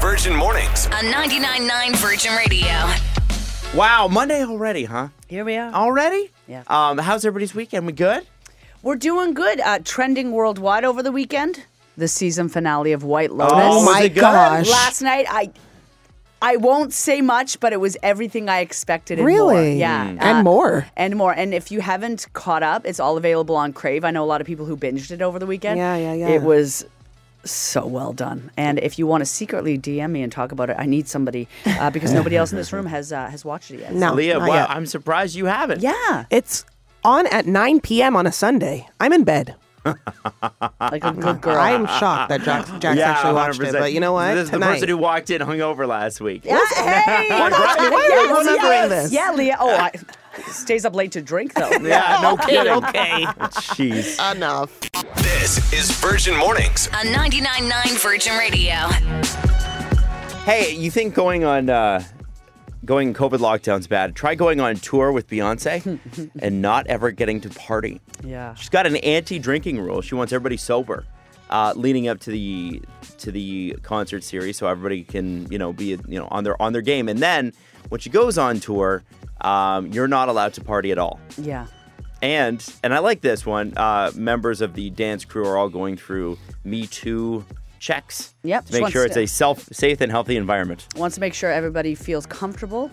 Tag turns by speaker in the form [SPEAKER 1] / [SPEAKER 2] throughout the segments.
[SPEAKER 1] Virgin Mornings.
[SPEAKER 2] on 99.9 Virgin Radio.
[SPEAKER 3] Wow, Monday already, huh?
[SPEAKER 4] Here we
[SPEAKER 5] Oh.
[SPEAKER 4] are.
[SPEAKER 3] Already?
[SPEAKER 4] Yeah.
[SPEAKER 3] Um, how's everybody's weekend? We good?
[SPEAKER 4] We're doing good. Uh, trending worldwide over the weekend. The season finale of White Lotus.
[SPEAKER 3] Oh, my gosh.
[SPEAKER 4] Last night, I I won't say much, but it was everything I expected. And
[SPEAKER 5] Really?
[SPEAKER 4] More.
[SPEAKER 5] Mm.
[SPEAKER 4] Yeah. Uh,
[SPEAKER 5] And more.
[SPEAKER 4] And more. And if you haven't caught up, it's all available on Crave. I know a lot of people who binged it over the weekend.
[SPEAKER 5] Yeah, yeah, yeah.
[SPEAKER 4] It was so well done. And if you want to secretly DM me and talk about it, I need somebody uh, because nobody else in this room has uh, has watched it yet.
[SPEAKER 5] No,
[SPEAKER 3] Leah,
[SPEAKER 5] Oh, not
[SPEAKER 3] wow,
[SPEAKER 5] yet.
[SPEAKER 3] I'm surprised you haven't.
[SPEAKER 4] Yeah.
[SPEAKER 5] It's on at 9 p.m. on a Sunday. I'm in bed.
[SPEAKER 4] Like a good girl.
[SPEAKER 5] I am shocked that Jack, Jack's
[SPEAKER 3] Yeah,
[SPEAKER 5] actually watched
[SPEAKER 3] 100%.
[SPEAKER 5] it, but you know what?
[SPEAKER 3] This is
[SPEAKER 5] Tonight,
[SPEAKER 3] the person who walked in hungover last week.
[SPEAKER 4] Yeah, hey!
[SPEAKER 3] right?
[SPEAKER 5] Why are we remembering
[SPEAKER 4] yes.
[SPEAKER 5] this?
[SPEAKER 4] Yeah, Leah. Oh, I, stays up late to drink though.
[SPEAKER 3] Yeah, no kidding. okay. Jeez.
[SPEAKER 5] enough.
[SPEAKER 1] This is Virgin Mornings.
[SPEAKER 2] On 99.9 Virgin Radio.
[SPEAKER 3] Hey, you think going on uh, going COVID lockdown's bad? Try going on tour with Beyonce and not ever getting to party.
[SPEAKER 4] Yeah.
[SPEAKER 3] She's got an anti-drinking rule. She wants everybody sober, uh, leading up to the to the concert series, so everybody can you know be you know on their on their game. And then when she goes on tour, um, you're not allowed to party at all.
[SPEAKER 4] Yeah.
[SPEAKER 3] And and I like this one. Uh, members of the dance crew are all going through Me Too checks.
[SPEAKER 4] Yep,
[SPEAKER 3] To
[SPEAKER 4] just
[SPEAKER 3] make
[SPEAKER 4] wants
[SPEAKER 3] sure it's
[SPEAKER 4] to-
[SPEAKER 3] a self safe and healthy environment.
[SPEAKER 4] Wants to make sure everybody feels comfortable.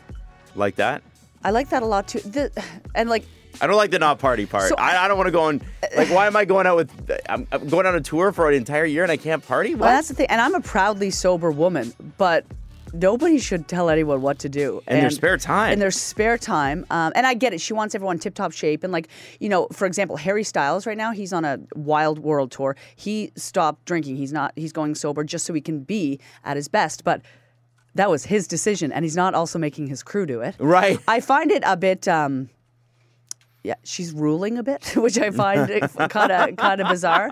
[SPEAKER 3] Like that.
[SPEAKER 4] I like that a lot too. The, and like,
[SPEAKER 3] I don't like the not party part.
[SPEAKER 4] So-
[SPEAKER 3] I, I don't want to go on. Like, why am I going out with? I'm, I'm going on a tour for an entire year and I can't party. What?
[SPEAKER 4] well, that's the thing. And I'm a proudly sober woman, but nobody should tell anyone what to do.
[SPEAKER 3] In their spare time.
[SPEAKER 4] In their spare time. Um, and I get it. She wants everyone tip top shape. And like, you know, for example, Harry Styles right now, he's on a wild world tour. He stopped drinking. He's not, he's going sober just so he can be at his best. But that was his decision. And he's not also making his crew do it.
[SPEAKER 3] right.
[SPEAKER 4] I find it a bit. Um, yeah, she's ruling a bit, which I find kind of kind of bizarre.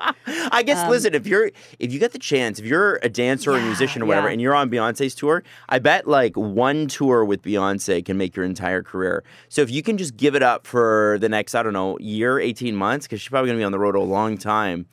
[SPEAKER 3] I guess listen, if you're if you get the chance, if you're a dancer or a musician or whatever,
[SPEAKER 4] Um, yeah.
[SPEAKER 3] and you're on Beyonce's tour, I bet like one tour with Beyonce can make your entire career. So if you can just give it up for the next, I don't know, year, eighteen months, because she's probably gonna be on the road a long time,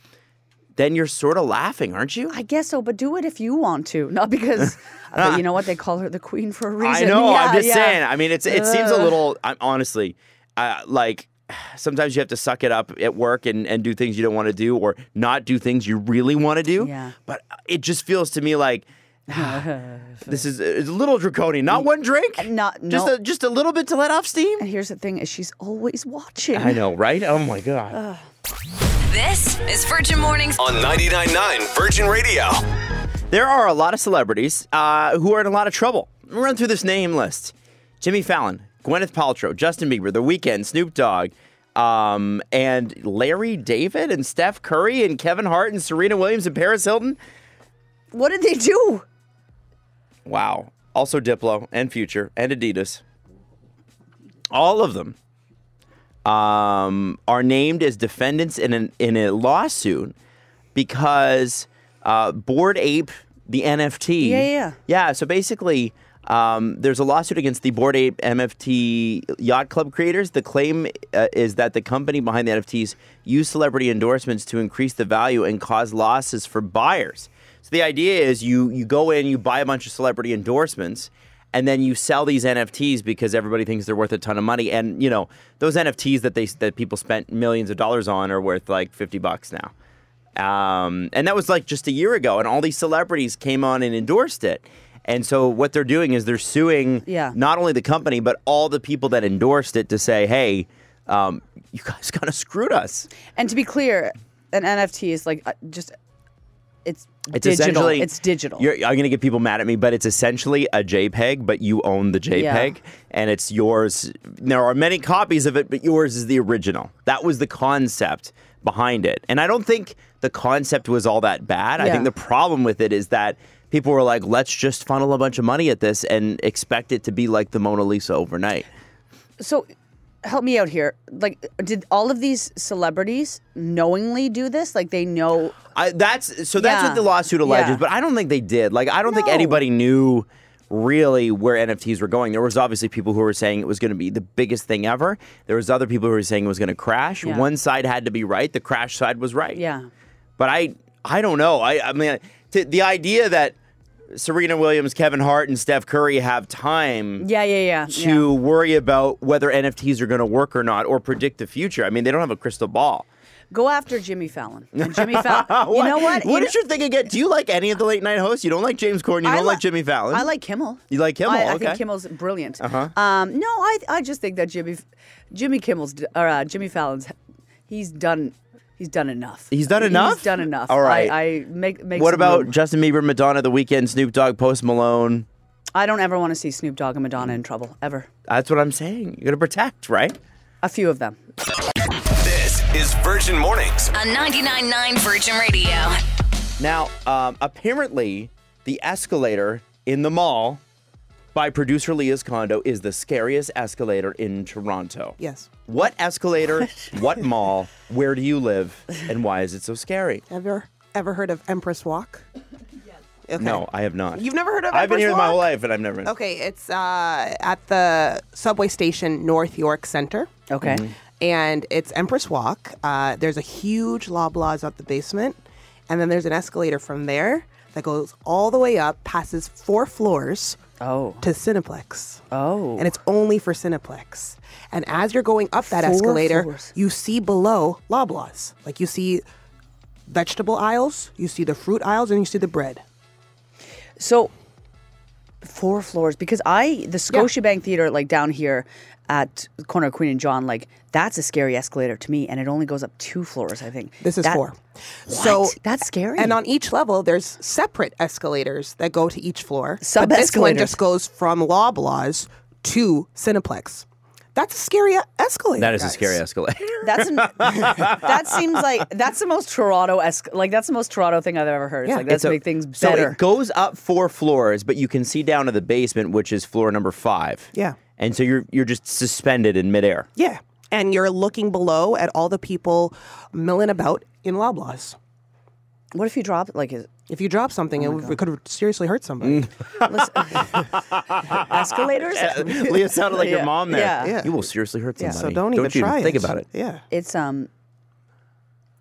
[SPEAKER 3] then you're sort of laughing, aren't you?
[SPEAKER 4] I guess so, but do it if you want to, not because. uh, but you know what? They call her the queen for a reason.
[SPEAKER 3] I know.
[SPEAKER 4] Yeah,
[SPEAKER 3] I'm just
[SPEAKER 4] yeah.
[SPEAKER 3] saying. I mean, it's it seems a little. I'm honestly, uh, like sometimes you have to suck it up at work and and do things you don't want to do or not do things you really want to do.
[SPEAKER 4] Yeah.
[SPEAKER 3] But it just feels to me like. ah, this is it's a little draconian. Not one drink.
[SPEAKER 4] Not-
[SPEAKER 3] just
[SPEAKER 4] no.
[SPEAKER 3] a, just a little bit to let off steam.
[SPEAKER 4] And here's the thing: is she's always watching.
[SPEAKER 3] I know, right? Oh my god.
[SPEAKER 2] This is Virgin Mornings.
[SPEAKER 1] On 99.9 Virgin Radio.
[SPEAKER 3] There are a lot of celebrities uh, who are in a lot of trouble. Run through this name list: Jimmy Fallon, Gwyneth Paltrow, Justin Bieber, The Weeknd, Snoop Dogg, um, and Larry David, and Steph Curry, and Kevin Hart, and Serena Williams, and Paris Hilton.
[SPEAKER 4] What did they do?
[SPEAKER 3] Wow. Also Diplo and Future and Adidas. All of them um, are named as defendants in an, in a lawsuit because uh, Board Ape, the NFT.
[SPEAKER 4] Yeah, yeah, yeah.
[SPEAKER 3] Yeah. So basically. Um, there's a lawsuit against the Board Ape MFT Yacht Club creators. The claim uh, is that the company behind the NFTs used celebrity endorsements to increase the value and cause losses for buyers. So the idea is you you go in, you buy a bunch of celebrity endorsements, and then you sell these NFTs because everybody thinks they're worth a ton of money. And you know those NFTs that they that people spent millions of dollars on are worth like fifty bucks now. Um, and that was like just a year ago, and all these celebrities came on and endorsed it. And so what they're doing is they're suing
[SPEAKER 4] Yeah.
[SPEAKER 3] not only the company but all the people that endorsed it to say, hey, um, you guys kind of screwed us.
[SPEAKER 4] And to be clear, an NFT is like uh, just it's
[SPEAKER 3] It's
[SPEAKER 4] digital.
[SPEAKER 3] essentially
[SPEAKER 4] it's digital.
[SPEAKER 3] You're, I'm gonna get people mad at me, but it's essentially a JPEG, but you own the JPEG, and it's yours. There are many copies of it, but yours is the original. That was the concept behind it, and I don't think the concept was all that bad. I
[SPEAKER 4] Yeah.
[SPEAKER 3] think the problem with it is that people were like, "Let's just funnel a bunch of money at this and expect it to be like the Mona Lisa overnight."
[SPEAKER 4] so help me out here like did all of these celebrities knowingly do this like they know
[SPEAKER 3] I, that's so. That's
[SPEAKER 4] Yeah.
[SPEAKER 3] what the lawsuit alleges,
[SPEAKER 4] Yeah.
[SPEAKER 3] but I don't think they did. Like, I don't think
[SPEAKER 4] No.
[SPEAKER 3] anybody knew really where NFTs were going. There was obviously people who were saying it was going to be the biggest thing ever. There was other people who were saying it was going to crash.
[SPEAKER 4] Yeah.
[SPEAKER 3] One side had to be right. The crash side was right.
[SPEAKER 4] yeah
[SPEAKER 3] But I, I don't know. I, I mean, t- the idea that Serena Williams, Kevin Hart, and Steph Curry have time
[SPEAKER 4] Yeah, yeah, yeah. yeah.
[SPEAKER 3] to worry about whether NFTs are going to work or not or predict the future. I mean, they don't have a crystal ball.
[SPEAKER 4] Go after Jimmy Fallon. And Jimmy Fallon. you know what?
[SPEAKER 3] What
[SPEAKER 4] You
[SPEAKER 3] is
[SPEAKER 4] know-
[SPEAKER 3] your thing again? Do you like any of the late night hosts? You don't like James Corden. You
[SPEAKER 4] I
[SPEAKER 3] don't
[SPEAKER 4] li-
[SPEAKER 3] like Jimmy Fallon.
[SPEAKER 4] I like Kimmel.
[SPEAKER 3] You like Kimmel,
[SPEAKER 4] I, I
[SPEAKER 3] okay. Uh-huh.
[SPEAKER 4] think Kimmel's brilliant. Um, no, I I just think that Jimmy Jimmy Kimmel's d- or uh, Jimmy Fallon's he's done he's done enough.
[SPEAKER 3] He's done enough?
[SPEAKER 4] He's done enough.
[SPEAKER 3] All right.
[SPEAKER 4] I, I make make.
[SPEAKER 3] What
[SPEAKER 4] some
[SPEAKER 3] about
[SPEAKER 4] room.
[SPEAKER 3] Justin Bieber, Madonna, The Weeknd, Snoop Dogg, Post Malone?
[SPEAKER 4] I don't ever want to see Snoop Dogg and Madonna in trouble ever.
[SPEAKER 3] That's what I'm saying. You're gonna protect, right?
[SPEAKER 4] A few of them.
[SPEAKER 1] This is Virgin Mornings.
[SPEAKER 2] on 99.9 Virgin Radio.
[SPEAKER 3] Now, um, apparently, the escalator in the mall by producer Leah's condo is the scariest escalator in Toronto.
[SPEAKER 5] Yes.
[SPEAKER 3] What escalator? what mall? Where do you live? And why is it so scary?
[SPEAKER 5] Ever ever heard of Empress Walk? Okay.
[SPEAKER 3] No, I have not.
[SPEAKER 5] You've never heard of
[SPEAKER 3] I've been
[SPEAKER 5] Empress
[SPEAKER 3] here my whole
[SPEAKER 5] Walk?
[SPEAKER 3] life, and I've never.
[SPEAKER 5] Okay, it's uh, at the subway station North York Center.
[SPEAKER 4] Okay.
[SPEAKER 3] Mm-hmm.
[SPEAKER 5] and it's Empress Walk. Uh, there's a huge Loblaws up the basement, and then there's an escalator from there that goes all the way up, passes four floors
[SPEAKER 4] Oh.
[SPEAKER 5] to Cineplex.
[SPEAKER 4] Oh.
[SPEAKER 5] And it's only for Cineplex. And as you're going up that
[SPEAKER 4] Four
[SPEAKER 5] escalator,
[SPEAKER 4] floors.
[SPEAKER 5] you see below Loblaws. Like you see vegetable aisles, you see the fruit aisles, and you see the bread.
[SPEAKER 4] So four floors because I the Scotiabank Theater like down here at the corner of Queen and John like that's a scary escalator to me and it only goes up two floors I think.
[SPEAKER 5] This is
[SPEAKER 4] That-
[SPEAKER 5] four. So
[SPEAKER 4] What? That's scary.
[SPEAKER 5] And on each level, there's separate escalators that go to each floor. But This one
[SPEAKER 4] Sub-escalators.
[SPEAKER 5] just goes from Loblaws to Cineplex. That's a scary e-, escalator.
[SPEAKER 3] That is a
[SPEAKER 5] guys.
[SPEAKER 3] scary escalator.
[SPEAKER 4] That's an, that seems like that's the most Toronto esque like that's the most Toronto thing I've ever heard. It's
[SPEAKER 5] Yeah,
[SPEAKER 4] like let's
[SPEAKER 3] So-
[SPEAKER 4] make things
[SPEAKER 3] so
[SPEAKER 4] better.
[SPEAKER 3] it goes up four floors, but you can see down to the basement, which is floor number five.
[SPEAKER 5] Yeah.
[SPEAKER 3] And so you're you're just suspended in midair.
[SPEAKER 5] Yeah. And you're looking below at all the people milling about in Loblaws.
[SPEAKER 4] what if you drop like is,
[SPEAKER 5] If you drop something, it, it could seriously hurt somebody.
[SPEAKER 4] listen, escalators?
[SPEAKER 3] Leah sounded like your
[SPEAKER 4] Yeah.
[SPEAKER 3] mom there.
[SPEAKER 4] Yeah. Yeah.
[SPEAKER 3] You will seriously hurt somebody.
[SPEAKER 5] So don't, even
[SPEAKER 3] you
[SPEAKER 5] try
[SPEAKER 3] think
[SPEAKER 5] it.
[SPEAKER 3] about it.
[SPEAKER 5] Yeah.
[SPEAKER 4] It's um.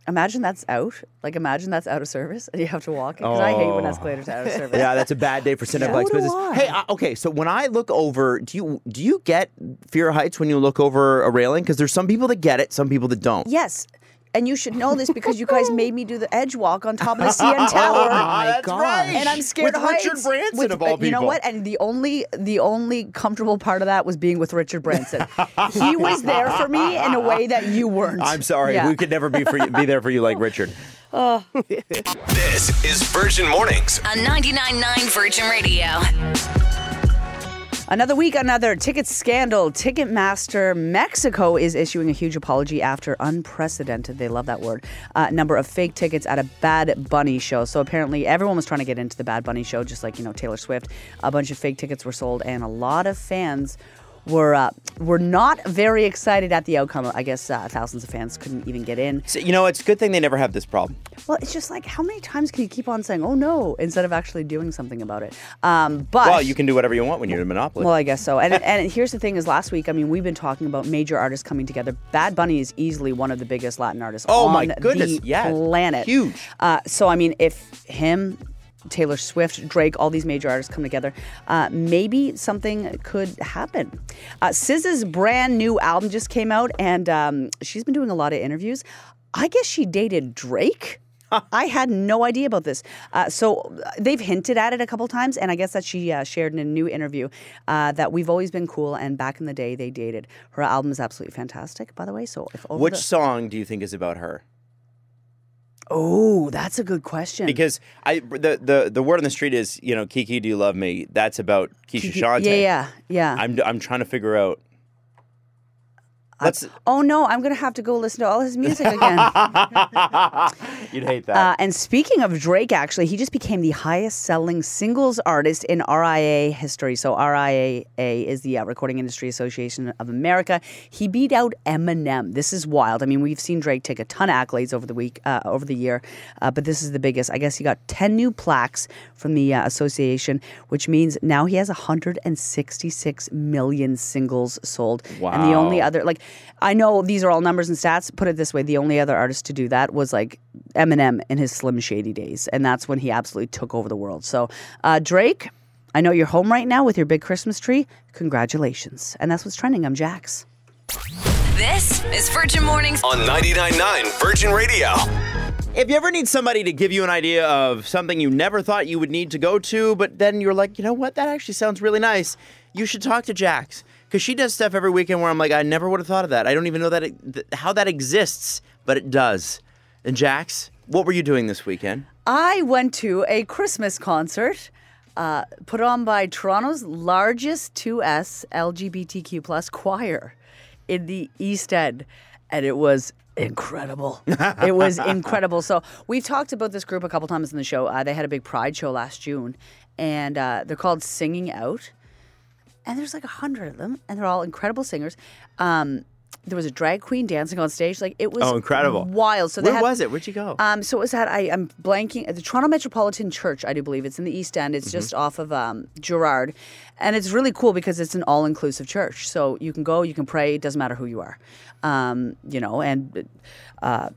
[SPEAKER 4] Imagine that's out. Like imagine that's out of service and you have to walk it. Because I hate when
[SPEAKER 3] Oh.
[SPEAKER 4] escalators are out of service.
[SPEAKER 3] Yeah, that's a bad day for Cineplex
[SPEAKER 5] So do
[SPEAKER 3] business.
[SPEAKER 5] I.
[SPEAKER 3] Hey, I, okay, so when I look over, do you do you get fear of heights when you look over a railing? Because there's some people that get it, some people that don't.
[SPEAKER 4] Yes. And you should know this because you guys made me do the edge walk on top of the CN Tower.
[SPEAKER 5] Oh my
[SPEAKER 3] that's
[SPEAKER 5] gosh.
[SPEAKER 3] right.
[SPEAKER 4] And I'm scared
[SPEAKER 3] Oh with
[SPEAKER 4] of heights.
[SPEAKER 3] Richard Branson
[SPEAKER 4] With-
[SPEAKER 3] of all people.
[SPEAKER 4] You know what? And the only the only comfortable part of that was being with Richard Branson. he was there for me in a way that you weren't.
[SPEAKER 3] I'm sorry,
[SPEAKER 4] Yeah.
[SPEAKER 3] we could never be for you, be there for you like Richard.
[SPEAKER 1] This is Virgin Mornings.
[SPEAKER 2] On 99.9 Virgin Radio.
[SPEAKER 4] Another week, another ticket scandal. Ticketmaster Mexico is issuing a huge apology after unprecedented, they love that word, uh, number of fake tickets at a Bad Bunny show. So apparently, everyone was trying to get into the Bad Bunny show, just like, you know, Taylor Swift. A bunch of fake tickets were sold, and a lot of fans were uh, were not very excited at the outcome. I guess uh, thousands of fans couldn't even get in.
[SPEAKER 3] So, you know, it's a good thing they never have this problem.
[SPEAKER 4] Well, it's just like, how many times can you keep on saying, oh no, instead of actually doing something about it? Um, but.
[SPEAKER 3] Well, you can do whatever you want when you're in a monopoly.
[SPEAKER 4] Well, I guess so. And and here's the thing: is last week, I mean, we've been talking about major artists coming together. Bad Bunny is easily one of the biggest Latin artists
[SPEAKER 3] Oh,
[SPEAKER 4] on
[SPEAKER 3] my goodness,
[SPEAKER 4] the
[SPEAKER 3] yes.
[SPEAKER 4] planet.
[SPEAKER 3] Huge.
[SPEAKER 4] Uh, so I mean, if him. Taylor Swift, Drake, all these major artists come together. Uh, maybe something could happen. Uh, SZA's brand new album just came out, and um, she's been doing a lot of interviews. I guess she dated Drake. I had no idea about this. Uh, so uh, they've hinted at it a couple times, and I guess that she uh, shared in a new interview uh, that we've always been cool, and back in the day they dated. Her album is absolutely fantastic, by the way. So if over
[SPEAKER 3] Which
[SPEAKER 4] the-
[SPEAKER 3] song do you think is about her?
[SPEAKER 4] oh, that's a good question.
[SPEAKER 3] Because I the, the the word on the street is you know Kiki, do you love me? That's about Keisha
[SPEAKER 4] yeah,
[SPEAKER 3] Shante.
[SPEAKER 4] yeah, yeah.
[SPEAKER 3] I'm I'm trying to figure out. Let's.
[SPEAKER 4] oh no, I'm gonna have to go listen to all his music again.
[SPEAKER 3] You'd hate that.
[SPEAKER 4] Uh, and speaking of Drake, actually, he just became the highest selling singles artist in RIA history. So, RIA is the uh, Recording Industry Association of America. He beat out Eminem. This is wild. I mean, we've seen Drake take a ton of accolades over the week, uh, over the year, uh, but this is the biggest. I guess he got 10 new plaques from the uh, association, which means now he has 166 million singles sold. And the only
[SPEAKER 3] Wow.
[SPEAKER 4] other, like, I know these are all numbers and stats. Put it this way the only other artist to do that was like Eminem in his Slim Shady days, and that's when he absolutely took over the world. So, uh, Drake, I know you're home right now with your big Christmas tree. Congratulations. And that's what's trending. I'm Jax.
[SPEAKER 2] This is Virgin Mornings.
[SPEAKER 1] on 99.9 Virgin Radio.
[SPEAKER 3] If you ever need somebody to give you an idea of something you never thought you would need to go to, but then you're like, you know what, that actually sounds really nice, you should talk to Jax. Because she does stuff every weekend where I'm like, I never would have thought of that. I don't even know that it, th- how that exists, but it does. And Jax, what were you doing this weekend?
[SPEAKER 4] I went to a Christmas concert uh, put on by Toronto's largest 2S LGBTQ plus choir in the East End, and it was incredible. it was incredible. So we've talked about this group a couple times in the show. Uh, they had a big Pride show last June, and uh, they're called Singing Out and there's like a hundred of them, and they're all incredible singers. Um, there was a drag queen dancing on stage, like it was
[SPEAKER 3] Oh, incredible.
[SPEAKER 4] wild. So they
[SPEAKER 3] Where
[SPEAKER 4] had-
[SPEAKER 3] was it? Where'd you go?
[SPEAKER 4] Um, so it was at I, I'm blanking at the Toronto Metropolitan Church, I do believe it's in the East End.
[SPEAKER 3] Mm-hmm.
[SPEAKER 4] It's just off of um, Gerard, and it's really cool because it's an all inclusive church. So you can go, you can pray. It doesn't matter who you are, um, you know. And uh,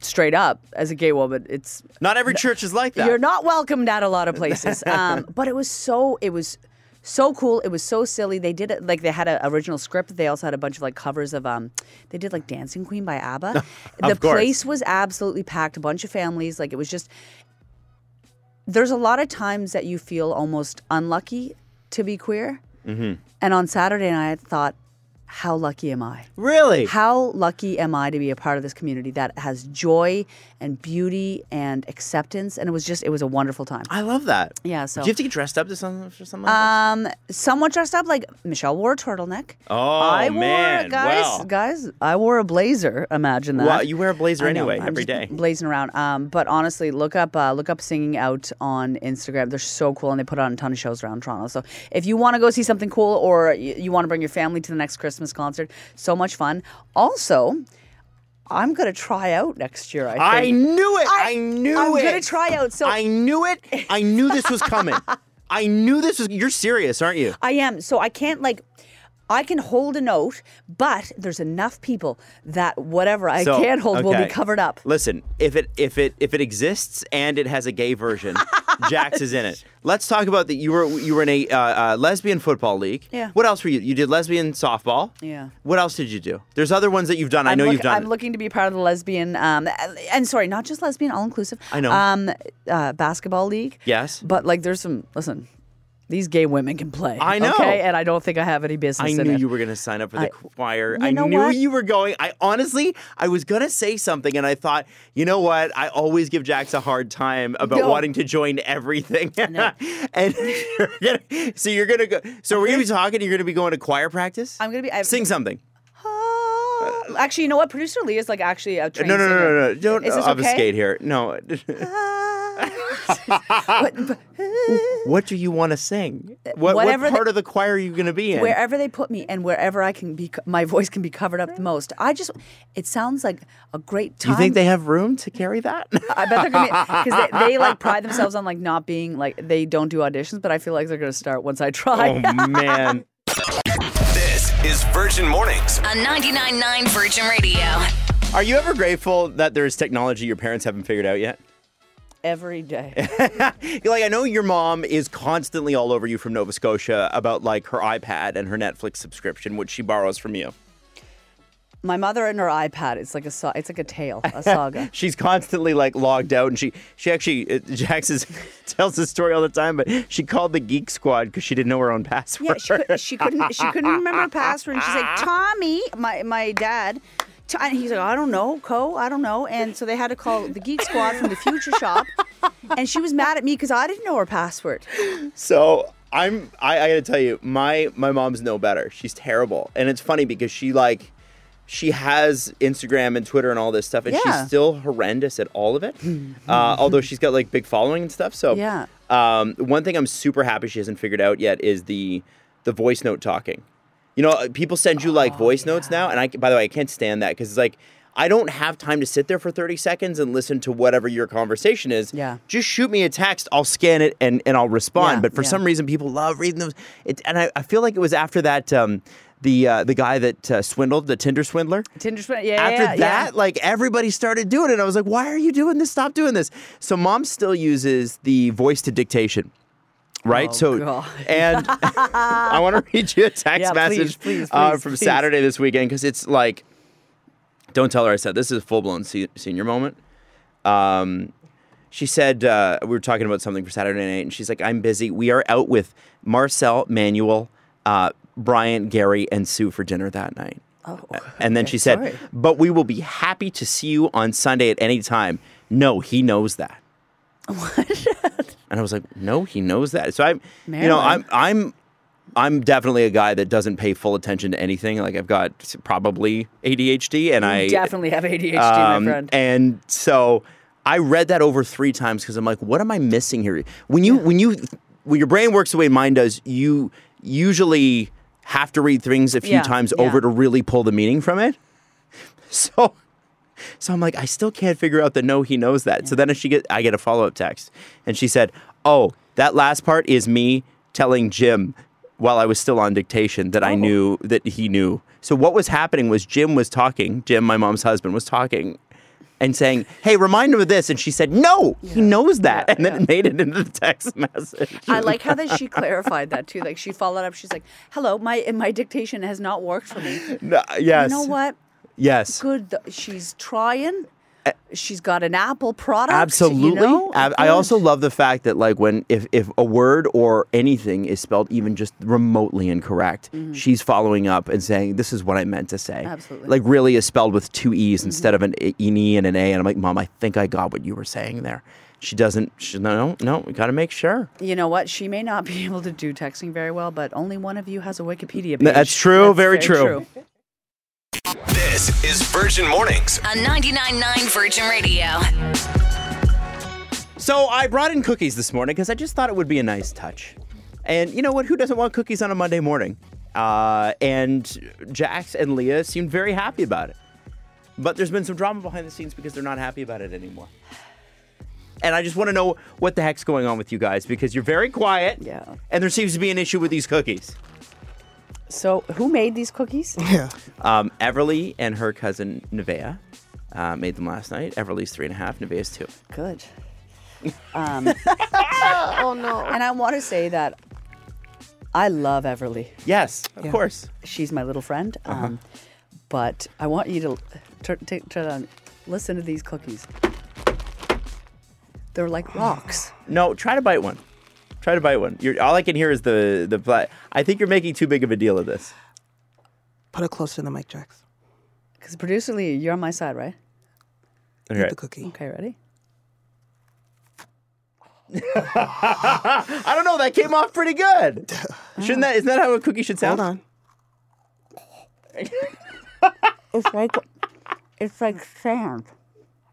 [SPEAKER 4] straight up, as a gay woman, it's
[SPEAKER 3] Not every church is like that.
[SPEAKER 4] you're not welcomed at a lot of places. Um, but it was so it was so cool. It was so silly. They did it like they had an original script. They also had a bunch of like covers of um they did like Dancing Queen by ABBA. the
[SPEAKER 3] course.
[SPEAKER 4] place was absolutely packed, a bunch of families. Like it was just there's a lot of times that you feel almost unlucky to be queer. And on Saturday night I thought, how lucky am I?
[SPEAKER 3] really?
[SPEAKER 4] How lucky am I to be a part of this community that has joy and beauty and acceptance? And it was just, it was a wonderful time.
[SPEAKER 3] I love that.
[SPEAKER 4] Yeah, so-
[SPEAKER 3] Do you have to get dressed up to something for something? Like that?
[SPEAKER 4] Um, someone dressed up like Michelle wore a turtleneck.
[SPEAKER 3] Oh,
[SPEAKER 4] I wore,
[SPEAKER 3] man,
[SPEAKER 4] guys,
[SPEAKER 3] wow.
[SPEAKER 4] guys, I wore a blazer. Imagine that.
[SPEAKER 3] Wow, you wear a blazer
[SPEAKER 4] Um, I know,
[SPEAKER 3] anyway,
[SPEAKER 4] I'm
[SPEAKER 3] every
[SPEAKER 4] just
[SPEAKER 3] day.
[SPEAKER 4] blazing around. Um, but honestly, look up, uh, look up singing out on Instagram. They're so cool, and they put on a ton of shows around Toronto. So if you want to go see something cool, or you, you want to bring your family to the next Christmas concert, so much fun. Also, I'm gonna try out next year. I
[SPEAKER 3] I
[SPEAKER 4] think.
[SPEAKER 3] knew it. I, knew
[SPEAKER 4] I'm
[SPEAKER 3] it.
[SPEAKER 4] gonna try out. So
[SPEAKER 3] I knew it. I knew this was coming. I knew this was. You're serious, aren't you?
[SPEAKER 4] I am. So I can't like. I can hold a note, but there's enough people that whatever I
[SPEAKER 3] So,
[SPEAKER 4] can hold will be
[SPEAKER 3] okay.
[SPEAKER 4] covered up.
[SPEAKER 3] Listen, if it if it if it exists and it has a gay version, Jax is in it. Let's talk about that. You were you were in a uh, uh, lesbian football league.
[SPEAKER 4] Yeah.
[SPEAKER 3] What else were you? You did lesbian softball.
[SPEAKER 4] Yeah.
[SPEAKER 3] What else did you do? There's other ones that you've done. I
[SPEAKER 4] I'm
[SPEAKER 3] know
[SPEAKER 4] look-
[SPEAKER 3] you've done.
[SPEAKER 4] I'm looking to be part of the lesbian, um, and sorry, not just lesbian, all inclusive.
[SPEAKER 3] I know.
[SPEAKER 4] Um, uh, basketball league.
[SPEAKER 3] Yes.
[SPEAKER 4] But like, there's some. Listen, these gay women can play.
[SPEAKER 3] I know.
[SPEAKER 4] Okay, and I don't think I have any business.
[SPEAKER 3] I
[SPEAKER 4] in
[SPEAKER 3] knew
[SPEAKER 4] it.
[SPEAKER 3] you were going to sign up for the
[SPEAKER 4] I-
[SPEAKER 3] choir.
[SPEAKER 4] You
[SPEAKER 3] I
[SPEAKER 4] know
[SPEAKER 3] knew
[SPEAKER 4] what?
[SPEAKER 3] you were going. I honestly, I was going to say something, and I thought, you know what? I always give Jax a hard time about
[SPEAKER 4] No.
[SPEAKER 3] wanting to join everything. and you're gonna, so you're going to go. So we're going to be talking. You're going to be going to choir practice.
[SPEAKER 4] I'm gonna be- I-
[SPEAKER 3] sing something.
[SPEAKER 4] Ah. actually, you know what? Producer Lee is like actually a trained
[SPEAKER 3] No, no, no, no, no!
[SPEAKER 4] singer.
[SPEAKER 3] Don't
[SPEAKER 4] Is this okay? Uh,
[SPEAKER 3] obfuscate here. No. Ah. what do you want to sing? What, what
[SPEAKER 4] Whatever the-
[SPEAKER 3] part of the choir are you going to be in?
[SPEAKER 4] wherever they put me and wherever I can be, my voice can be covered up the most. I just, it sounds like a great
[SPEAKER 3] do
[SPEAKER 4] time.
[SPEAKER 3] you think they have room to carry that?
[SPEAKER 4] I bet they're gonna because they, they like pride themselves on like not being like they don't do auditions, but I feel like they're gonna start once I try.
[SPEAKER 3] oh man.
[SPEAKER 1] This is Virgin Mornings.
[SPEAKER 2] On 99.9 Virgin Radio.
[SPEAKER 3] Are you ever grateful that there's technology your parents haven't figured out yet?
[SPEAKER 4] Every day,
[SPEAKER 3] You're like, I know your mom is constantly all over you from Nova Scotia about like her iPad and her Netflix subscription, which she borrows from you.
[SPEAKER 4] my mother and her iPad. It's like a so- it's like a tale, a saga.
[SPEAKER 3] She's constantly like logged out, and she she actually uh, Jax is, tells this story all the time. But she called the Geek Squad because she didn't know her own
[SPEAKER 4] Yeah,
[SPEAKER 3] password.
[SPEAKER 4] she, could, she couldn't she couldn't remember her password. And she's like Tommy, my my dad. T-" And he's like, I don't know, Co, I don't know. And so they had to call the Geek Squad from the Future Shop. And she was mad at me because I didn't know her password.
[SPEAKER 3] So I'm I, I gotta tell you, my my mom's no better. She's terrible, and it's funny because she like she has Instagram and Twitter and all this stuff, and
[SPEAKER 4] Yeah.
[SPEAKER 3] she's still horrendous at all of it. uh, although she's got like big following and stuff. So
[SPEAKER 4] Yeah.
[SPEAKER 3] Um, one thing I'm super happy she hasn't figured out yet is the the voice note talking. You know, uh, people send you
[SPEAKER 4] Oh,
[SPEAKER 3] like voice notes now, and I by the way I can't stand that because it's like. I don't have time to sit there for 30 seconds and listen to whatever your conversation is.
[SPEAKER 4] Yeah.
[SPEAKER 3] Just shoot me a text, I'll scan it and, and I'll respond.
[SPEAKER 4] Yeah,
[SPEAKER 3] but for
[SPEAKER 4] yeah.
[SPEAKER 3] some reason, people love reading those. It, and I, I feel like it was after that um, the uh, the guy that uh, swindled, the Tinder swindler.
[SPEAKER 4] Tinder swindler. Yeah.
[SPEAKER 3] After
[SPEAKER 4] yeah, yeah.
[SPEAKER 3] that, like everybody started doing it. I was like, why are you doing this? Stop doing this. So mom still uses the voice to dictation. Right,
[SPEAKER 4] Oh,
[SPEAKER 3] so
[SPEAKER 4] God.
[SPEAKER 3] and I want to read you a text
[SPEAKER 4] Yeah, please,
[SPEAKER 3] message
[SPEAKER 4] please,
[SPEAKER 3] uh,
[SPEAKER 4] please,
[SPEAKER 3] from
[SPEAKER 4] please.
[SPEAKER 3] Saturday this weekend because it's like, don't tell her I said this is a full blown se- senior moment. Um, she said uh, we were talking about something for Saturday night, and she's like, "I'm busy. We are out with Marcel, Manuel, uh, Brian, Gary, and Sue for dinner that night." Oh, and then she said,
[SPEAKER 4] sorry.
[SPEAKER 3] "But we will be happy to see you on Sunday at any time." No, he knows that. What? and I was like, "No, he knows that." So I'm, you know,
[SPEAKER 4] Marilyn.
[SPEAKER 3] I'm, I'm. I'm definitely a guy that doesn't pay full attention to anything. Like I've got probably ADHD, and I
[SPEAKER 4] definitely have ADHD,
[SPEAKER 3] um,
[SPEAKER 4] my friend.
[SPEAKER 3] And so I read that over three times because I'm like, what am I missing here? When you when you when your brain works the way mine does, you usually have to read things a few
[SPEAKER 4] Yeah,
[SPEAKER 3] times
[SPEAKER 4] yeah.
[SPEAKER 3] over to really pull the meaning from it. So so I'm like, I still can't figure out the no he knows that. So then she get I get a follow up text and she said, Oh, that last part is me telling Jim while I was still on dictation
[SPEAKER 4] Oh.
[SPEAKER 3] that I knew that he knew. So what was happening was Jim was talking, Jim, my mom's husband, was talking and saying, Hey, remind him of this. And she said, No, he knows that. and then it made it into the text message.
[SPEAKER 4] I like how that she clarified that too. Like she followed up. She's like, "Hello, my my dictation has not worked for me.
[SPEAKER 3] No, yes.
[SPEAKER 4] You know what?
[SPEAKER 3] Yes.
[SPEAKER 4] Good. th- She's trying. She's got an Apple product.
[SPEAKER 3] Absolutely.
[SPEAKER 4] You know?
[SPEAKER 3] Ab- I
[SPEAKER 4] Good.
[SPEAKER 3] also love the fact that like when if if a word or anything is spelled even just remotely incorrect, she's following up and saying this is what I meant to say.
[SPEAKER 4] Mm-hmm. Absolutely. Mm-hmm.
[SPEAKER 3] Like really is spelled with two e's instead of an, a- an e and an a, and I'm like, mom, I think I got what you were saying there. She doesn't. She, no, no, no. We got to make sure.
[SPEAKER 4] You know what? She may not be able to do texting very well, but only one of you has a Wikipedia page.
[SPEAKER 3] that's true, very true.
[SPEAKER 1] This is Virgin Mornings.
[SPEAKER 2] on 99.9 Virgin Radio.
[SPEAKER 3] So I brought in cookies this morning because I just thought it would be a nice touch. And you know what? Who doesn't want cookies on a Monday morning? Uh, and Jax and Leah seemed very happy about it. But there's been some drama behind the scenes because they're not happy about it anymore. And I just want to know what the heck's going on with you guys because you're very quiet.
[SPEAKER 4] Yeah.
[SPEAKER 3] And there seems to be an issue with these cookies.
[SPEAKER 4] So, who made these cookies?
[SPEAKER 3] Um, Everly and her cousin Nevaeh uh, made them last night. Everly's three and a half, Nevaeh's two.
[SPEAKER 4] Good. Um, oh no! And I want to say that I love Everly.
[SPEAKER 3] Yes, of course.
[SPEAKER 4] she's my little friend.
[SPEAKER 6] Uh-huh.
[SPEAKER 4] Um, But I want you to turn t- turn on, listen to these cookies. They're like rocks.
[SPEAKER 3] No, try to bite one. Try to bite one. You're, all I can hear is the the. Pla- I think you're making too big of a deal of this.
[SPEAKER 5] Put it closer to the mic, Jax.
[SPEAKER 4] Because producer Lee, you're on my side, right?
[SPEAKER 3] All right.
[SPEAKER 5] The cookie.
[SPEAKER 4] Okay, ready?
[SPEAKER 3] I don't know. That came off pretty good. Shouldn't that? Isn't that how a cookie should sound?
[SPEAKER 5] Hold on.
[SPEAKER 6] It's like it's like sand.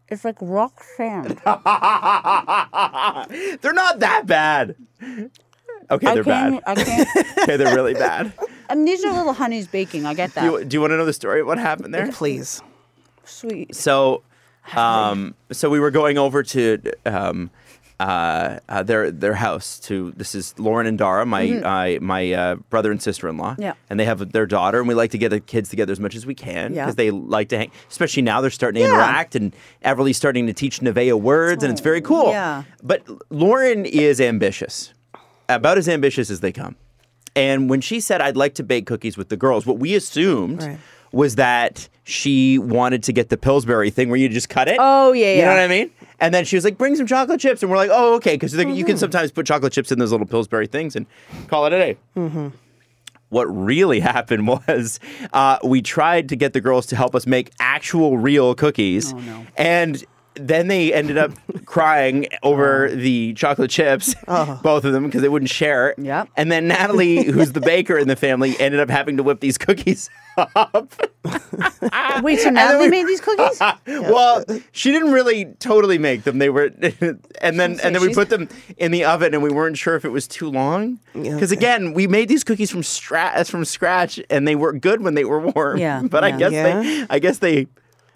[SPEAKER 6] It's like rock sand.
[SPEAKER 4] Oh,
[SPEAKER 3] They're not that bad. Okay,
[SPEAKER 6] I
[SPEAKER 3] they're bad.
[SPEAKER 6] can't. e-, I can't.
[SPEAKER 3] Okay, they're really bad.
[SPEAKER 6] and these are little honeys baking. I get that.
[SPEAKER 3] Do you, do you want to know the story? of What happened there?
[SPEAKER 5] Please.
[SPEAKER 6] Sweet.
[SPEAKER 3] So, um, so we were going over to um, uh, uh, their their house. To this is Lauren and Dara, my I- my uh, brother and sister in law.
[SPEAKER 4] Mm-hmm. Yeah.
[SPEAKER 3] and they have their daughter, and we like to get the kids together as much as we can
[SPEAKER 4] Yeah.
[SPEAKER 3] because they like to hang. Especially now, they're starting to interact, and Everly's starting to teach Nevaeh words, and it's very cool.
[SPEAKER 4] Oh, yeah.
[SPEAKER 3] But Lauren is ambitious, about as ambitious as they come. And when she said, I'd like to bake cookies with the girls, what we assumed
[SPEAKER 5] Right.
[SPEAKER 3] was that she wanted to get the Pillsbury thing where you just cut it.
[SPEAKER 4] Oh, yeah,
[SPEAKER 3] You know
[SPEAKER 4] yeah.
[SPEAKER 3] what I mean? And then she was like, bring some chocolate chips. And we're like, oh, okay. Because you
[SPEAKER 4] Mm-hmm.
[SPEAKER 3] can sometimes put chocolate chips in those little Pillsbury things and call it a day what really happened was uh, we tried to get the girls to help us make actual real cookies. And then they ended up crying over the chocolate chips, both of them, because they wouldn't share.
[SPEAKER 4] Yep.
[SPEAKER 3] And then Natalie, who's the baker in the family, ended up having to whip these cookies up.
[SPEAKER 6] Wait, so now
[SPEAKER 3] then
[SPEAKER 6] they
[SPEAKER 3] we-
[SPEAKER 6] made these cookies?
[SPEAKER 3] Well, she didn't really totally make them. They were, and then and then we
[SPEAKER 4] she's-
[SPEAKER 3] put them in the oven, and we weren't sure if it was too long. Because again, we made these cookies from scratch, from scratch, and they were good when they were warm.
[SPEAKER 4] Yeah,
[SPEAKER 3] but I
[SPEAKER 4] yeah.
[SPEAKER 3] guess
[SPEAKER 5] Yeah.
[SPEAKER 3] they, I guess they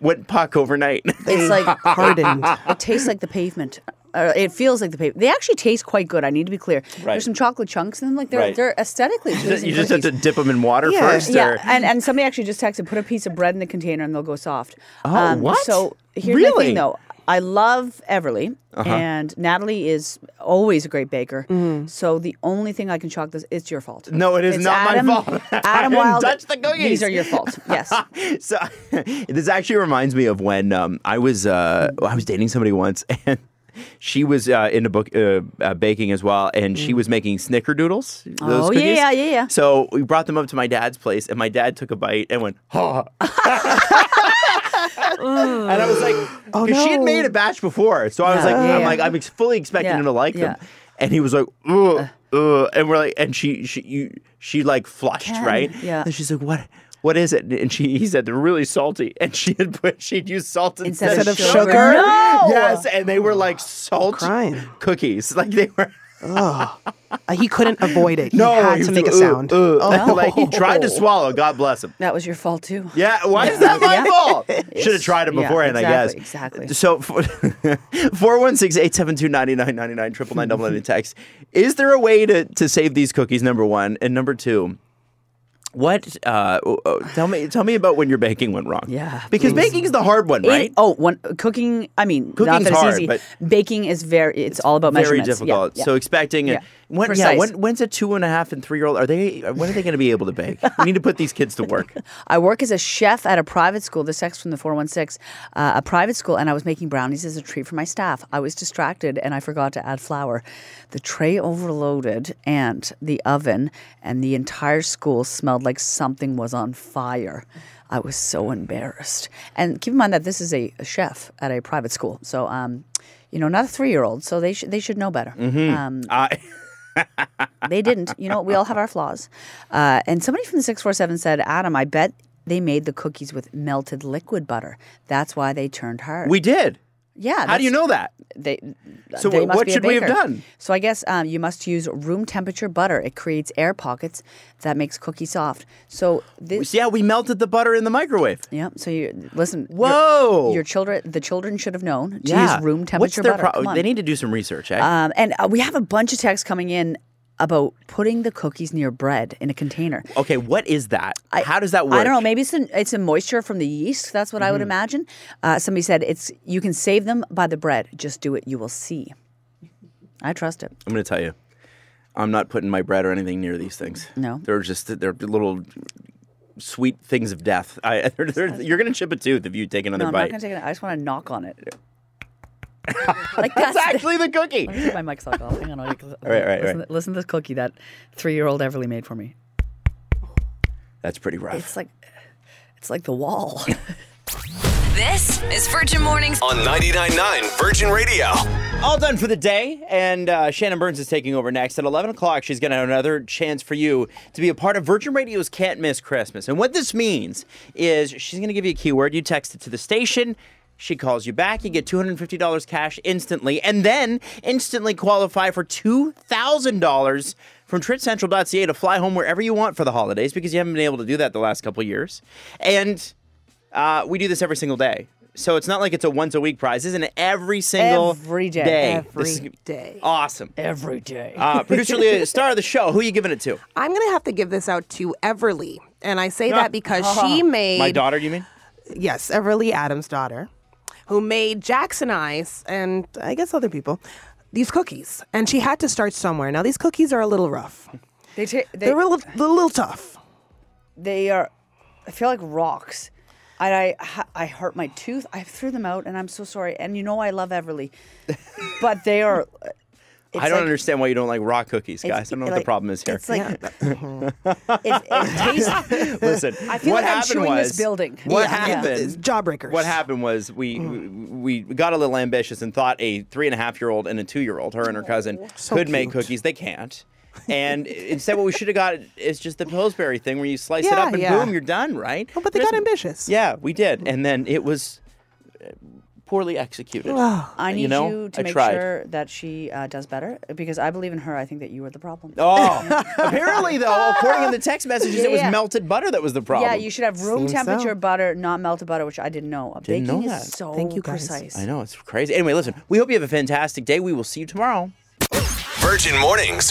[SPEAKER 3] went puck overnight.
[SPEAKER 4] It's like
[SPEAKER 5] Hardened. Uh,
[SPEAKER 4] it tastes like the pavement. Or it feels like the paper. They actually taste quite good. I need to be clear.
[SPEAKER 3] Right.
[SPEAKER 4] There's some chocolate chunks in them. Like they're
[SPEAKER 3] Right.
[SPEAKER 4] they're aesthetically.
[SPEAKER 3] You
[SPEAKER 4] pleasing
[SPEAKER 3] just have to
[SPEAKER 4] cookies.
[SPEAKER 3] dip them in water
[SPEAKER 5] Yeah.
[SPEAKER 3] first,
[SPEAKER 4] Yeah,
[SPEAKER 3] or
[SPEAKER 4] and, and somebody actually just texted, put a piece of bread in the container and they'll go soft. Oh,
[SPEAKER 3] what?
[SPEAKER 4] So here's the
[SPEAKER 3] Really? Uh-huh.
[SPEAKER 4] thing though. I love Everly, and Natalie is always a great baker. So the only thing I can chalk this, it's your fault.
[SPEAKER 3] Mm-hmm. No, it is
[SPEAKER 4] It's
[SPEAKER 3] not my
[SPEAKER 4] Adam-
[SPEAKER 3] fault. I
[SPEAKER 4] Adam
[SPEAKER 3] didn't
[SPEAKER 4] Wilde,
[SPEAKER 3] touch the cookies.
[SPEAKER 4] These are your fault. Yes.
[SPEAKER 3] so this actually reminds me of when um, I was uh, I was dating somebody once and. She was uh, into book uh, uh, baking as well, and she was making snickerdoodles. Those
[SPEAKER 4] Mm. Oh, yeah,
[SPEAKER 3] cookies.
[SPEAKER 4] yeah, yeah, yeah.
[SPEAKER 3] So we brought them up to my dad's place, and my dad took a bite and went, "Huh." and I was like, "Oh She had
[SPEAKER 5] no.
[SPEAKER 3] made a batch before, so I was
[SPEAKER 4] Yeah.
[SPEAKER 3] like,
[SPEAKER 4] Yeah,
[SPEAKER 3] "I'm
[SPEAKER 4] yeah.
[SPEAKER 3] like, I'm ex- fully expecting
[SPEAKER 4] Yeah,
[SPEAKER 3] him to like them."
[SPEAKER 4] yeah.
[SPEAKER 3] And he was like, "Ugh,
[SPEAKER 4] Uh.
[SPEAKER 3] ugh," and we're like, and she, she, you, she like flushed,
[SPEAKER 4] Ken,
[SPEAKER 3] right?
[SPEAKER 4] yeah.
[SPEAKER 3] And she's like, "What? What is it?" And she, he said, "They're really salty." And she had put, she'd used salt instead,
[SPEAKER 4] Instead
[SPEAKER 5] of sugar?
[SPEAKER 4] No!
[SPEAKER 3] Yes, and they were like salt
[SPEAKER 5] crying.
[SPEAKER 3] cookies, like they were.
[SPEAKER 5] Uh, he couldn't avoid it. He
[SPEAKER 3] No,
[SPEAKER 5] had
[SPEAKER 3] he was
[SPEAKER 5] to make a
[SPEAKER 3] like, "Ugh,
[SPEAKER 5] sound. Uh-huh.
[SPEAKER 3] ugh." like he tried to
[SPEAKER 4] Oh.
[SPEAKER 3] swallow. God bless him.
[SPEAKER 4] That was your fault too.
[SPEAKER 3] Yeah, why is that my fault? Should have tried it
[SPEAKER 4] yeah,
[SPEAKER 3] beforehand, I
[SPEAKER 4] exactly,
[SPEAKER 3] guess.
[SPEAKER 4] exactly.
[SPEAKER 3] So, four one six eight seven two ninety nine ninety nine triple nine double nine text. Is there a way to to save these cookies? Number one and number two. What? Uh, oh, oh, tell me. Tell me about when your baking went wrong.
[SPEAKER 4] Yeah,
[SPEAKER 3] because
[SPEAKER 4] please.
[SPEAKER 3] baking is the hard one,
[SPEAKER 4] It-
[SPEAKER 3] right?
[SPEAKER 4] oh, one cooking. I mean, not
[SPEAKER 3] Cooking's
[SPEAKER 4] that it's
[SPEAKER 3] hard,
[SPEAKER 4] easy.
[SPEAKER 3] but-
[SPEAKER 4] baking is very. It's, all about
[SPEAKER 3] Very
[SPEAKER 4] measurements. Yeah,
[SPEAKER 3] difficult.
[SPEAKER 4] yeah.
[SPEAKER 3] So expecting it.
[SPEAKER 4] Yeah.
[SPEAKER 3] When, yeah,
[SPEAKER 4] Precise.
[SPEAKER 3] when, when's a two and a half and three year old? Are they? When are they going to be able to bake? we need to put these kids to work.
[SPEAKER 4] I work as a chef at a private school. This text from the 416, uh, a private school, and I was making brownies as a treat for my staff. I was distracted and I forgot to add flour. The tray overloaded and the oven, and the entire school smelled like something was on fire. I was so embarrassed. And keep in mind that this is a, a chef at a private school. So, um, you know, not a three year old. So they, should they should know better. Um,
[SPEAKER 3] Uh,
[SPEAKER 4] they didn't. You know, we all have our flaws. Uh, and somebody from the 647 said, Adam, I bet they made the cookies with melted liquid butter. That's why they turned hard.
[SPEAKER 3] we did.
[SPEAKER 4] yeah.
[SPEAKER 3] How do you know
[SPEAKER 4] that's-
[SPEAKER 3] that?
[SPEAKER 4] They,
[SPEAKER 3] So
[SPEAKER 4] they
[SPEAKER 3] what-
[SPEAKER 4] must
[SPEAKER 3] what
[SPEAKER 4] be a
[SPEAKER 3] should we have
[SPEAKER 4] baker.
[SPEAKER 3] done?
[SPEAKER 4] So I guess um, you must use room temperature butter. It creates air pockets that makes cookies soft. So this.
[SPEAKER 3] Yeah, we melted the butter in the microwave.
[SPEAKER 4] Yeah. So you listen. your-
[SPEAKER 3] Whoa.
[SPEAKER 4] Your, children, the children should have known to
[SPEAKER 3] yeah.
[SPEAKER 4] use room temperature
[SPEAKER 3] What's their
[SPEAKER 4] butter.
[SPEAKER 3] pro-
[SPEAKER 4] Come on.
[SPEAKER 3] They need to do some research. Eh?
[SPEAKER 4] Um, and uh, we have a bunch of texts coming in about putting the cookies near bread in a container.
[SPEAKER 3] okay, what is that? How does that work? Mm-hmm.
[SPEAKER 4] I don't know. Maybe it's an, it's a moisture from the yeast. That's what I would imagine. Uh, somebody said it's you can save them by the bread. Just do it. You will see. I trust it.
[SPEAKER 3] I'm going to tell you. I'm not putting my bread or anything near these things.
[SPEAKER 4] No.
[SPEAKER 3] They're just they're little sweet things of death. I, they're, they're, you're going to chip a tooth if you take another
[SPEAKER 4] No, I'm not
[SPEAKER 3] bite.
[SPEAKER 4] gonna take it. I just want to knock on it. like that's,
[SPEAKER 3] That's actually the cookie.
[SPEAKER 4] Let me take my mic's off. Hang on. All right, all
[SPEAKER 3] right, right.
[SPEAKER 4] listen, listen to this cookie that three-year-old Everly made for me.
[SPEAKER 3] That's pretty rough.
[SPEAKER 4] It's like, it's like the wall.
[SPEAKER 2] This is Virgin Mornings.
[SPEAKER 1] on 99.9 Virgin Radio.
[SPEAKER 3] All done for the day, and uh, Shannon Burns is taking over next at 11 o'clock. She's going to have another chance for you to be a part of Virgin Radio's Can't Miss Christmas. And what this means is she's going to give you a keyword. You text it to the station. She calls you back. You get $250 cash instantly, and then instantly qualify for $2,000 from TritCentral.ca to fly home wherever you want for the holidays because you haven't been able to do that the last couple years. And uh, we do this every single day. So it's not like it's a once a week prize. This is an every single
[SPEAKER 4] Every day.
[SPEAKER 3] This is
[SPEAKER 5] Every day.
[SPEAKER 3] Awesome.
[SPEAKER 4] Every day.
[SPEAKER 3] Uh, producer Leah, star of the show, who are you giving it to?
[SPEAKER 5] I'm gonna have to give this out to Everly, and I say that because she made
[SPEAKER 3] My daughter, you mean?
[SPEAKER 5] yes, Everly Adams' daughter, who made Jackson Ice and I guess other people these cookies, and she had to start somewhere. Now these cookies are a little rough.
[SPEAKER 4] they, ta-
[SPEAKER 5] They, are a little, little, little tough.
[SPEAKER 4] they are i feel like rocks and i ha- i hurt my tooth i threw them out and i'm so sorry and you know i love everly but they are
[SPEAKER 3] I don't
[SPEAKER 4] like-
[SPEAKER 3] understand why you don't like raw cookies, guys. I don't know what the
[SPEAKER 4] like-
[SPEAKER 3] problem is here.
[SPEAKER 4] it's like it, it tastes
[SPEAKER 3] Listen,
[SPEAKER 4] I feel
[SPEAKER 3] what
[SPEAKER 4] like I'm
[SPEAKER 3] happened
[SPEAKER 4] chewing
[SPEAKER 3] was
[SPEAKER 4] this building.
[SPEAKER 3] what
[SPEAKER 4] Yeah.
[SPEAKER 5] It's
[SPEAKER 3] happened.
[SPEAKER 5] jawbreakers.
[SPEAKER 3] What happened was we,
[SPEAKER 5] Hmm.
[SPEAKER 3] we we got a little ambitious and thought a three and a half year old and a two year old, her and her cousin,
[SPEAKER 5] Oh, so
[SPEAKER 3] could make
[SPEAKER 5] cute.
[SPEAKER 3] cookies. They can't. And instead, what we should have got is just the Pillsbury thing where you slice it
[SPEAKER 5] Yeah,
[SPEAKER 3] up and
[SPEAKER 5] yeah.
[SPEAKER 3] boom, you're done, right?
[SPEAKER 5] Oh, but they
[SPEAKER 3] There's-
[SPEAKER 5] got ambitious.
[SPEAKER 3] Yeah, we did. And then it was uh, poorly executed.
[SPEAKER 4] I need you,
[SPEAKER 3] know,
[SPEAKER 4] to
[SPEAKER 3] I
[SPEAKER 4] make
[SPEAKER 3] tried.
[SPEAKER 4] sure that she uh, does better because I believe in her. I think that you are the problem.
[SPEAKER 3] Oh, apparently though, according to the text messages, it was
[SPEAKER 4] Yeah.
[SPEAKER 3] melted butter that was the problem.
[SPEAKER 4] Yeah, you should have room
[SPEAKER 5] Seems so.
[SPEAKER 4] temperature butter, not melted butter, which I didn't know.
[SPEAKER 3] Didn't know
[SPEAKER 4] Baking
[SPEAKER 3] that.
[SPEAKER 4] is so
[SPEAKER 5] Thank you, guys.
[SPEAKER 4] precise.
[SPEAKER 3] I know it's crazy. Anyway, listen. We hope you have a fantastic day. We will see you tomorrow.
[SPEAKER 1] Virgin Mornings.